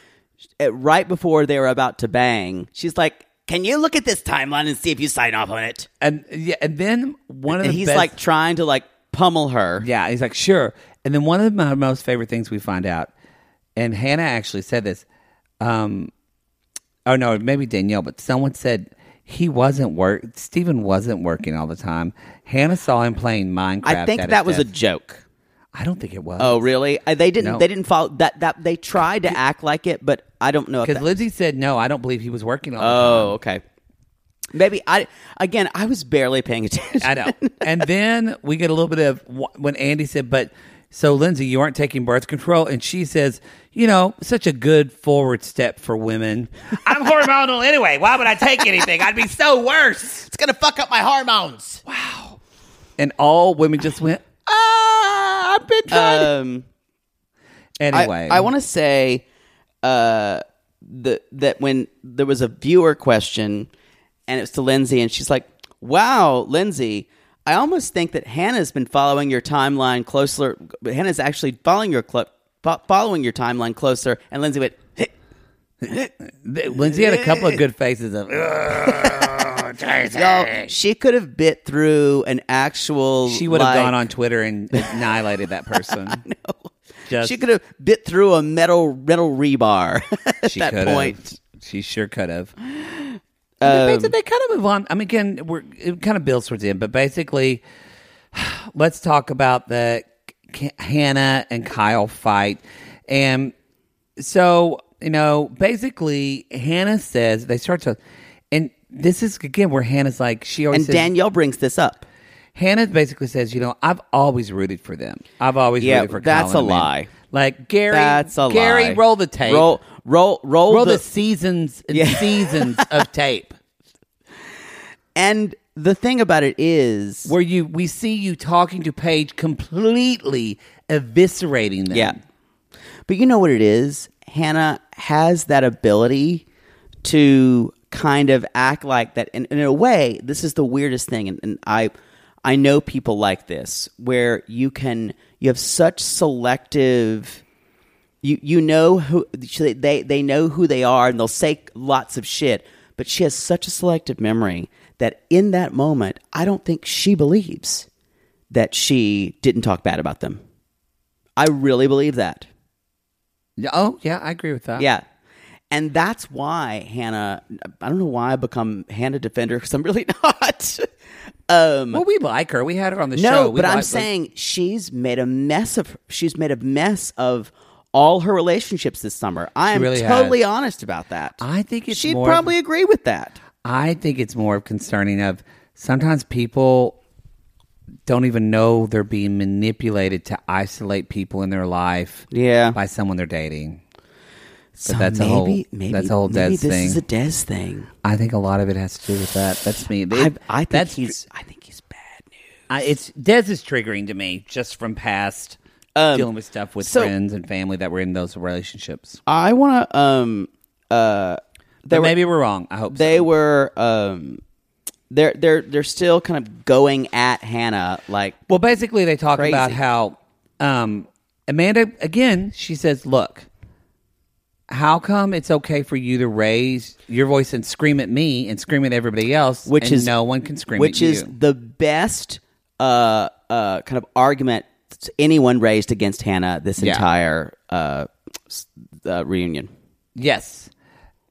uh, right before they were about to bang, she's like, "Can you look at this timeline and see if you sign off on it?" And yeah, and then one of And the he's best- like trying to like pummel her. yeah, he's like, sure. And then one of my most favorite things we find out, and Hannah actually said this. Um, oh no, maybe Danielle, but someone said he wasn't work. Stephen wasn't working all the time. Hannah saw him playing Minecraft. I think at his that was a desk. joke. I don't think it was. Oh, really? Uh, They didn't. No. They didn't follow that. That they tried to act like it, but I don't know. If because that- Lindsay said no. I don't believe he was working all the time. oh, okay. Maybe I again. I was barely paying attention. I know. And then we get a little bit of wh- when Andy said, but so Lindsay, you aren't taking birth control. And she says, you know, such a good forward step for women. I'm hormonal anyway. Why would I take anything? I'd be so worse. It's gonna fuck up my hormones. And all women just went, ah, I've been trying. to-" Um, anyway, I, want to say uh, the, that when there was a viewer question, and it was to Lindsay, and she's like, "Wow, Lindsay." I almost think that Hannah's been following your timeline closer. But Hannah's actually following your cl- fo- following your timeline closer. And Lindsay went, to. Lindsay had a couple of good faces of, "Ugh." Y'all, she could have bit through an actual. she would have like- gone on Twitter and annihilated that person. Just, She could have bit through a metal metal rebar at she that could've. point. She sure could have. they, Um, basi- they kind of move on. I mean, again, we're it kind of builds towards the end, but basically, let's talk about the K- Hannah and Kyle fight. And so, you know, basically, Hannah says they start to, and this is again where Hannah's like she always And says, Danielle brings this up. Hannah basically says, you know, I've always rooted for them. I've always Yeah, rooted for. that's Kyle a and Amanda." lie. Like Gary, That's a Gary, lie. roll the tape. Roll roll roll, Roll Oh, the, the, seasons and Yeah. seasons of tape. and the thing about it is where you we see you talking to Paige completely eviscerating them. yeah. But you know what it is? Hannah has that ability to kind of act like that. And, and in a way, this is the weirdest thing. And, and I, I know people like this where you can, you have such selective, you, you know who they, they know who they are and they'll say lots of shit, but she has such a selective memory that in that moment, I don't think she believes that she didn't talk bad about them. I really believe that. Yeah, Oh yeah, I agree with that. Yeah. And that's why Hannah, I don't know why I become Hannah Defender because I'm really not. um, Well, we like her. We had her on the show. no, We but I'm like- saying she's made a mess of, she's made a mess of all her relationships this summer. I am really totally has. honest about that. I think it's She'd more of- probably agree with that. I think it's more concerning of sometimes people don't even know they're being manipulated to isolate people in their life. Yeah. by someone they're dating. So that's a maybe, whole- maybe, that's a whole maybe Dez this thing. is a Des thing. I think a lot of it has to do with that. That's me. I, I think that's he's, I think he's bad news. I, it's Des is triggering to me just from past dealing with stuff with Um, so- friends and family that were in those relationships. I want to, um, uh, But maybe we're wrong. I hope they so. were um they're they're they're still kind of going at Hannah like Well, basically, they talk Crazy. about how um, Amanda again. She says, "Look, how come it's okay for you to raise your voice and scream at me and scream at everybody else, which and is no one can scream which at is you?" the best uh uh kind of argument anyone raised against Hannah this Yeah. entire uh, s- uh reunion. Yes,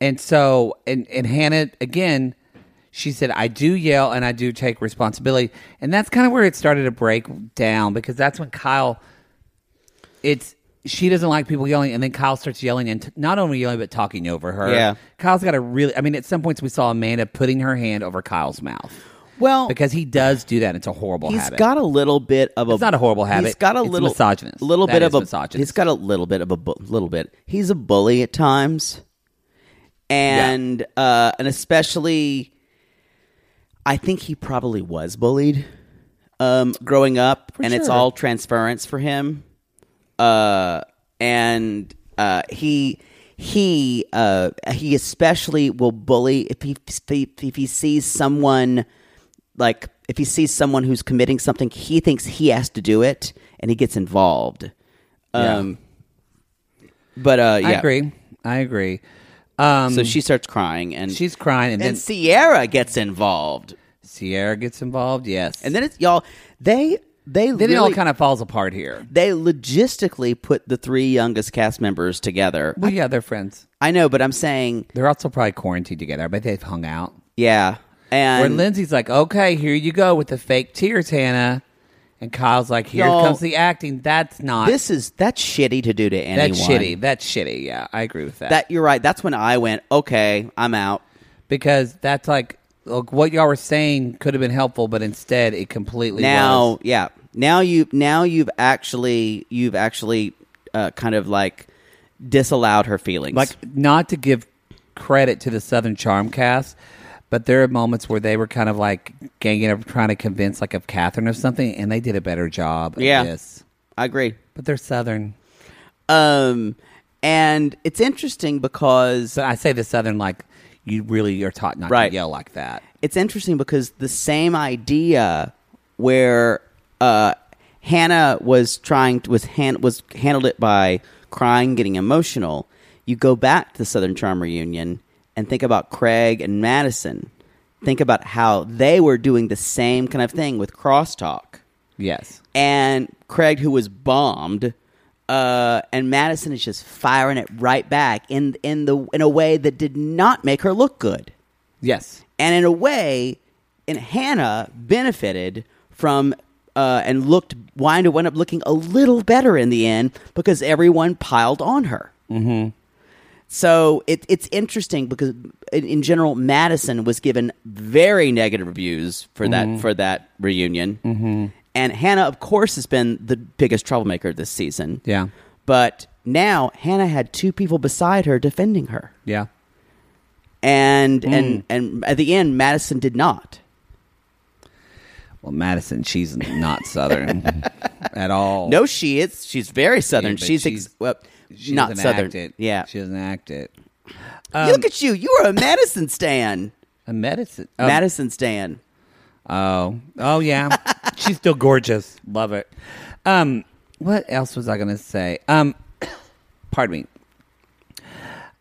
and so and and Hannah again. She said, "I do yell and I do take responsibility," and that's kind of where it started to break down because that's when Kyle. It's she doesn't like people yelling, and then Kyle starts yelling and t- not only yelling but talking over her. Yeah. Kyle's got a really. I mean, at some points we saw Amanda putting her hand over Kyle's mouth Well, because he does do that. It's a horrible He's habit. got a little bit of a. It's not a horrible habit. He's got a It's little misogynist. Little That bit is of a misogynist. He's got a little bit of a bu- little bit. He's a bully at times, and uh, and especially, I think he probably was bullied um, growing up, and it's all transference for him. Uh, and uh, he he uh, he especially will bully if he if he sees someone like if he sees someone who's committing something, he thinks he has to do it, and he gets involved. Um, but uh, yeah, I agree. I agree. Um, So she starts crying, and she's crying, and then and Sierra gets involved, Sierra gets involved. Yes, and then it's y'all. They they then really, it all kind of falls apart here. they logistically put the three youngest cast members together. Well, yeah, they're friends. I know, but I'm saying They're also probably quarantined together. I bet they've hung out. yeah, Where and Lindsay's like, okay, here you go with the fake tears, Hannah. And Kyle's like, here Y'all, comes the acting. That's not. this is that's shitty to do to anyone. that's shitty. That's shitty. Yeah, I agree with that. That you're right. That's when I went, okay, I'm out. Because that's like, look, what y'all were saying could have been helpful, but instead it completely now was. yeah now you now you've actually you've actually uh, kind of like disallowed her feelings Like, not to give credit to the Southern Charm cast, but there are moments where they were kind of like ganging up, trying to convince like of Catherine or something, and they did a better job. of Yeah. this. i agree But they're Southern. um and it's interesting because So I say the Southern like you really are taught not Right. to yell like that. it's interesting because the same idea where uh hannah was trying to, was han- was handled it by crying getting emotional you go back to the southern charm reunion and think about craig and madison think about how they were doing the same kind of thing with crosstalk Yes. and Craig, who was bombed, uh, and Madison is just firing it right back in in the in a way that did not make her look good, Yes. and in a way, and Hannah benefited from. Uh, and looked wind wound up looking a little better in the end because everyone piled on her. Mm-hmm. So it, it's interesting because in, in general, Madison was given very negative reviews for that for that reunion, mm-hmm. and Hannah, of course, has been the biggest troublemaker this season. Yeah. but now Hannah had two people beside her defending her Yeah. and and Mm. and at the end, Madison did not. Well, Madison, she's not Southern at all. No, she is. She's very Oh. Yeah, southern. but she's, ex- well, she not doesn't southern. Act it. Yeah, She doesn't act it. you look at you. You are a Madison stan. A medicine. Oh, Madison stan. Oh, oh yeah. She's still gorgeous. Love it. Um, what else was I gonna say? Um, pardon me.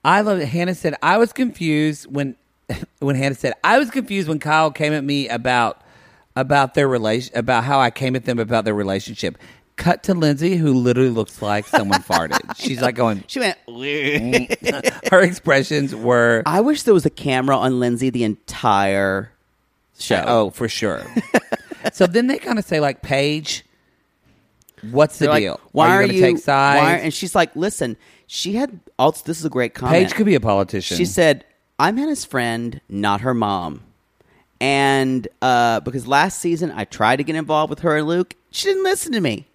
I love it. Hannah said I was confused when when Hannah said I was confused when Kyle came at me about about their relation about how I came at them about their relationship. Cut to Lindsay, who literally looks like someone farted. She's like going. She went. Mm. Her expressions were I wish there was a camera on Lindsay the entire show. Oh, for sure. so then they kind of say like, Paige, what's the They're like, deal? Why are you gonna take sides? why are-" and she's like, "Listen, she had also. This is a great comment. Paige could be a politician. She said, I'm Hannah's friend, not her mom. And uh, because last season I tried to get involved with her and Luke, she didn't listen to me.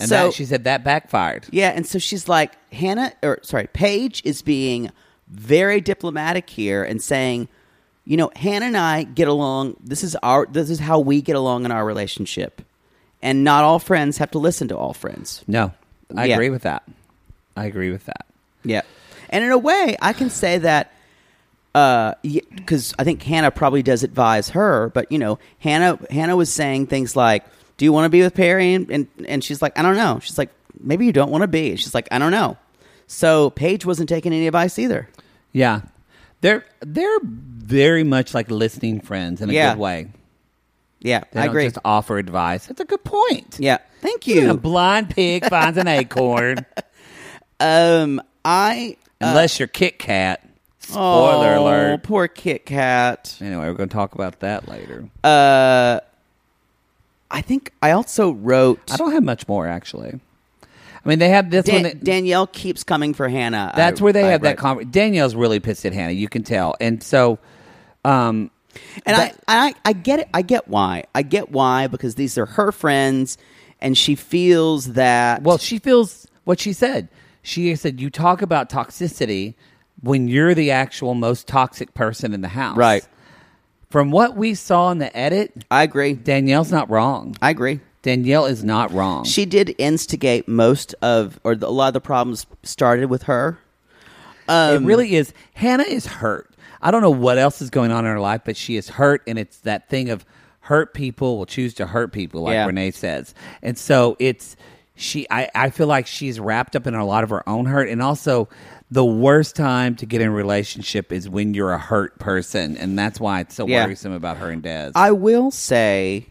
and so that, she said that backfired. yeah, and so she's like, Hannah, or sorry, Paige is being very diplomatic here and saying, you know, Hannah and I get along. This is our, this is how we get along in our relationship, and not all friends have to listen to all friends. No, I Yeah. agree with that. I agree with that. Yeah. And in a way, I can say that because I think Hannah probably does advise her, but you know, Hannah Hannah was saying things like, "Do you want to be with Perry?" And, and and she's like, "I don't know." She's like, "Maybe you don't want to be." She's like, "I don't know." So Paige wasn't taking any advice either. Yeah, they're they're very much like listening friends in a Yeah. good way. Yeah, They I don't agree. just offer advice. That's a good point. yeah, thank A you. blind pig finds an acorn. Um, I Unless you're Kit Kat. Spoiler oh, alert. Poor Kit Kat. Anyway, we're going to talk about that later. Uh, I think I also wrote. I don't have much more actually. I mean, they have this one. Dan- that- Danielle keeps coming for Hannah. that's I- where they I have that read. conversation. Danielle's really pissed at Hannah. You can tell, and so, um, And I, I, I get it. I get why. I get why because these are her friends, and she feels that. well, she feels what she said. She said, "You talk about toxicity when you're the actual most toxic person in the house." Right. From what we saw in the edit, I agree. Danielle's not wrong. I agree. Danielle is not wrong. She did instigate most of, or the, a lot of the problems started with her. Um, it really is. Hannah is hurt. I don't know what else is going on in her life, but she is hurt, and it's that thing of hurt people will choose to hurt people, like Yeah. Renee says. And so it's she. I, I feel like she's wrapped up in a lot of her own hurt, and also the worst time to get in a relationship is when you're a hurt person, and that's why it's so Yeah. worrisome about her and Dez. I will say,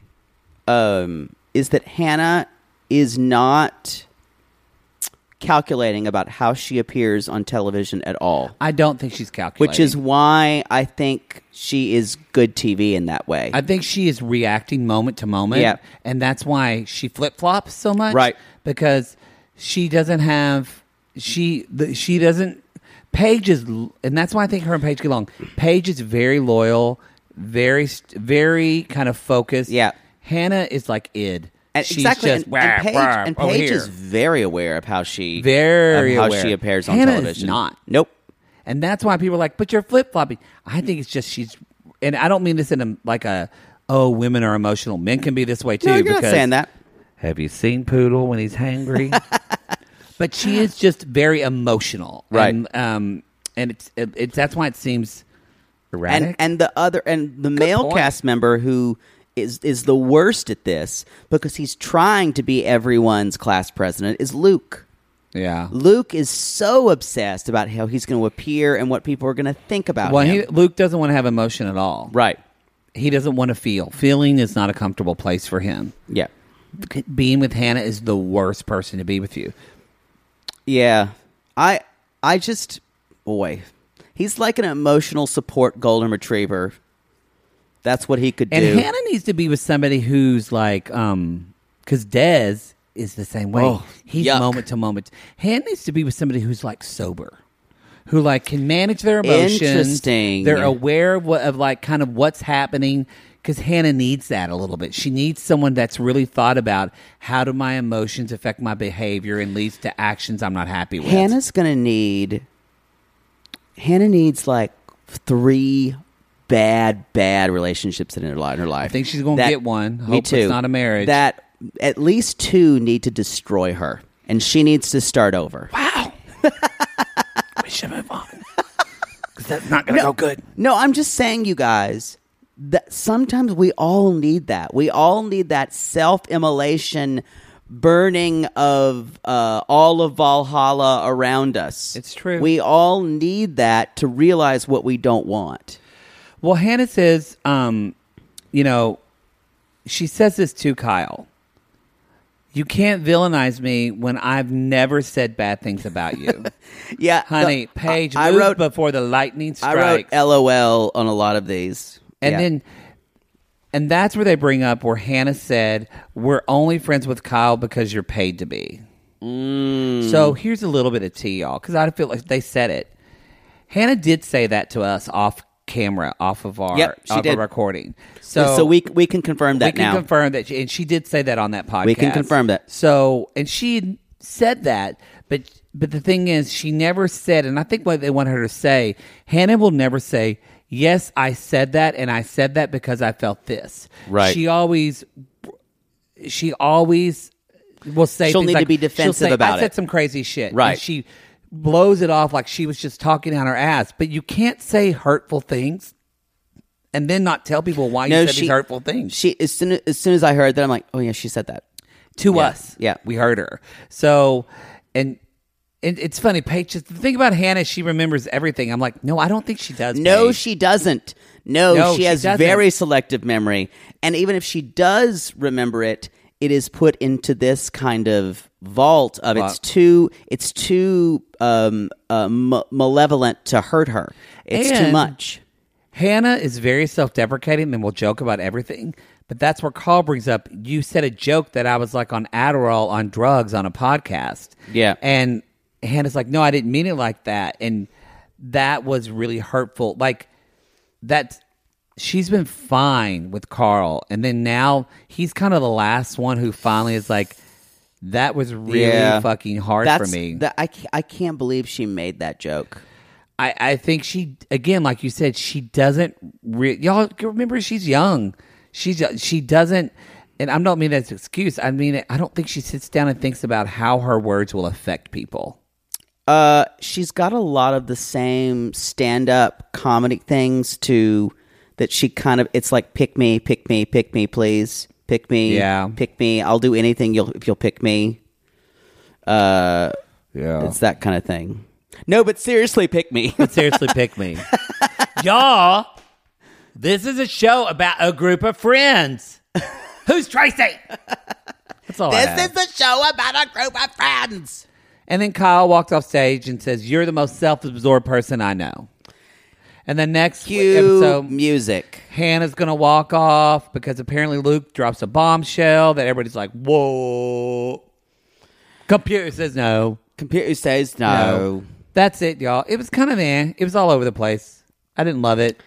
um, is that Hannah is not calculating about how she appears on television at all, I don't think she's calculating, which is why I think she is good TV in that way. I think she is reacting moment to moment. Yeah. And that's why she flip flops so much. Right. Because she doesn't have, she, the, she doesn't, Paige is, l- and that's why I think her and Paige get along. Paige is very loyal, very, st- very kind of focused. Yeah. Hannah is like id. And She's exactly, just, and, "Wah, and Paige, wah, and over Paige here." is very aware of how she Very of how aware. she appears on Hannah is television. not. Nope. And that's why people are like, but you're flip flopping. I think it's just she's, and I don't mean this in a, like a, oh, women are emotional. Men can be this way too. No, you're not because saying that. Have you seen Poodle when he's hangry? but she is just very emotional, Right. And, um, and it's it, it's that's why it seems erratic. And and the other and the male point. cast member who is is the worst at this because he's trying to be everyone's class president is Luke. yeah. Luke is so obsessed about how he's going to appear and what people are going to think about Well, he, him. Luke doesn't want to have emotion at all. right. He doesn't want to feel. Feeling is not a comfortable place for him. Yeah. Being with Hannah is the worst person to be with you. Yeah. I I just boy, he's like an emotional support golden retriever. That's what he could And do. Hannah needs to be with somebody who's like, um, because Dez is the same way. Oh, He's yuck. moment to moment. Hannah needs to be with somebody who's like sober, who like can manage their emotions. Interesting. They're aware of what of like kind of what's happening. Because Hannah needs that a little bit. She needs someone that's really thought about how do my emotions affect my behavior and leads to actions I'm not happy with. Hannah's gonna need. Hannah needs like three bad, bad relationships in her life. In her life, I think she's gonna get one. me Hope it's too. not a marriage. That at least two need to destroy her, and she needs to start over. we should move on. Because that's not going to go good. No, I'm just saying, you guys. That sometimes we all need that. We all need that self-immolation, burning of uh, all of Valhalla around us. It's true. We all need that to realize what we don't want. Well, Hannah says, um, you know, she says this to Kyle. You can't villainize me when I've never said bad things about you, Yeah, honey. the- Paige, I, I move wrote. before the lightning I strikes. wrote LOL on a lot of these, and Yeah. then, and that's where they bring up where Hannah said, "We're only friends with Kyle because you're paid to be." Mm. So here's a little bit of tea, y'all, because I feel like they said it. Hannah did say that to us off camera, off of our Yep, she off did. of recording. so, So we we can confirm that we can now. confirm that, she, and she did say that on that podcast. We can confirm that. So, and she said that, but but the thing is, she never said, and I think what they want her to say, Hannah will never say, "Yes, I said that, and I said that because I felt this." Right. She always, she always will say She'll things need to like- be she'll defensive say, about I said it." some crazy shit, and Right. she blows it off like she was just talking down her ass, but you can't say hurtful things. And then not tell people why you said these hurtful things She as soon as soon as I heard that, I'm like, oh yeah, she said that. to Yeah. us. Yeah. we heard her. So, and and it's funny. Paige, just, the thing about Hannah, she remembers everything. I'm like, no, I don't think she does. No, Paige. she doesn't. No, No, she she has doesn't. very selective memory, and even if she does remember it, it is put into this kind of vault of it's Vault. too it's too um, uh, ma- malevolent to hurt her. It's too And- much. Hannah is very self deprecating and will joke about everything. But that's where Carl brings up you said a joke that I was like on Adderall on drugs on a podcast. Yeah. And Hannah's like, no, I didn't mean it like that. And that was really hurtful. Like, that she's been fine with Carl. And then now he's kind of the last one who finally is like, that was really Yeah. fucking hard That's, for me. That, I, ca- I can't believe she made that joke. I, I think she again, like you said, she doesn't. Re- y'all remember she's young. She's she doesn't, and I don't mean that as an excuse. I mean I don't think she sits down and thinks about how her words will affect people. Uh, she's got a lot of the same stand-up comedy things to that she kind of it's like pick me, pick me, pick me, please, pick me, Yeah. pick me. I'll do anything you'll if you'll pick me. Uh, Yeah, it's that kind of thing. No, but seriously, pick me. seriously, pick me, y'all. This is a show about a group of friends. Who's Tracy? That's all. I have. this is the show about a group of friends. And then Kyle walks off stage and says, "You're the most self-absorbed person I know." And the next Cue episode, music. Hannah's gonna walk off because apparently Luke drops a bombshell that everybody's like, "Whoa!" Computer says no. Computer says no. That's it, y'all. It was kind of eh. It was all over the place. I didn't love it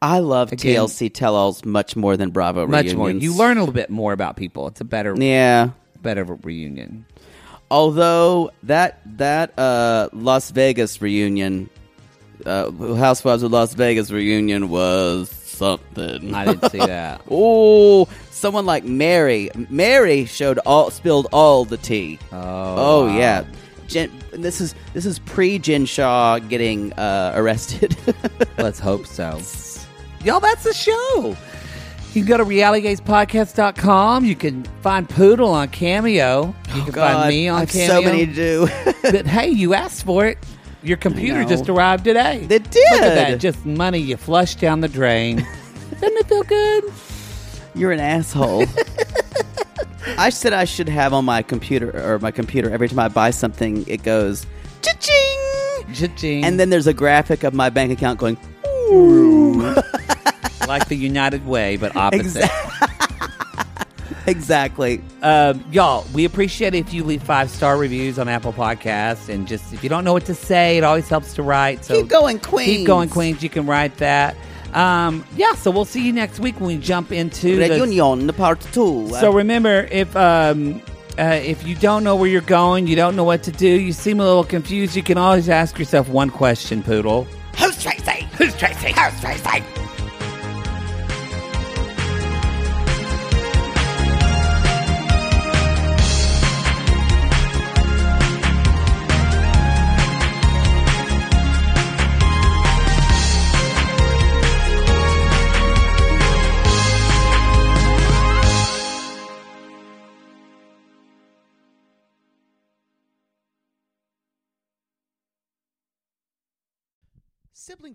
I love Again- TLC tell-alls much more than Bravo much more. reunions. You learn a little bit more about people. It's a better, yeah. better reunion. Although that that uh, Las Vegas reunion, uh, Housewives of Las Vegas reunion was something. I didn't see that. oh, someone like Mary. Mary showed all spilled all the tea. Oh, yeah. Jen, and this is this is pre Jen Shaw getting uh, arrested. Let's hope so. Y'all, that's the show. You can go to realitygazepodcast.com. You can find Poodle on Cameo. You can Oh, God, find me I on have Cameo. so many to do. but hey, you asked for it. Your computer know. just arrived today. They Look at that. did. Just money you flushed down the drain. Doesn't it feel good? You're an asshole. I said I should have on my computer or my computer every time I buy something, it goes cha-ching. Cha-ching. And then there's a graphic of my bank account going, like the United Way, but opposite. exactly. Um, y'all, we appreciate if you leave five star reviews on Apple Podcasts. And just if you don't know what to say, it always helps to write. So Keep going, Queens. Keep going, Queens. You can write that. Um, yeah, so we'll see you next week when we jump into the- Reunion, the part two. So remember, if um, uh, if you don't know where you're going, you don't know what to do, you seem a little confused, you can always ask yourself one question, Poodle. who's Tracy? Who's Tracy? Who's Tracy? Sibling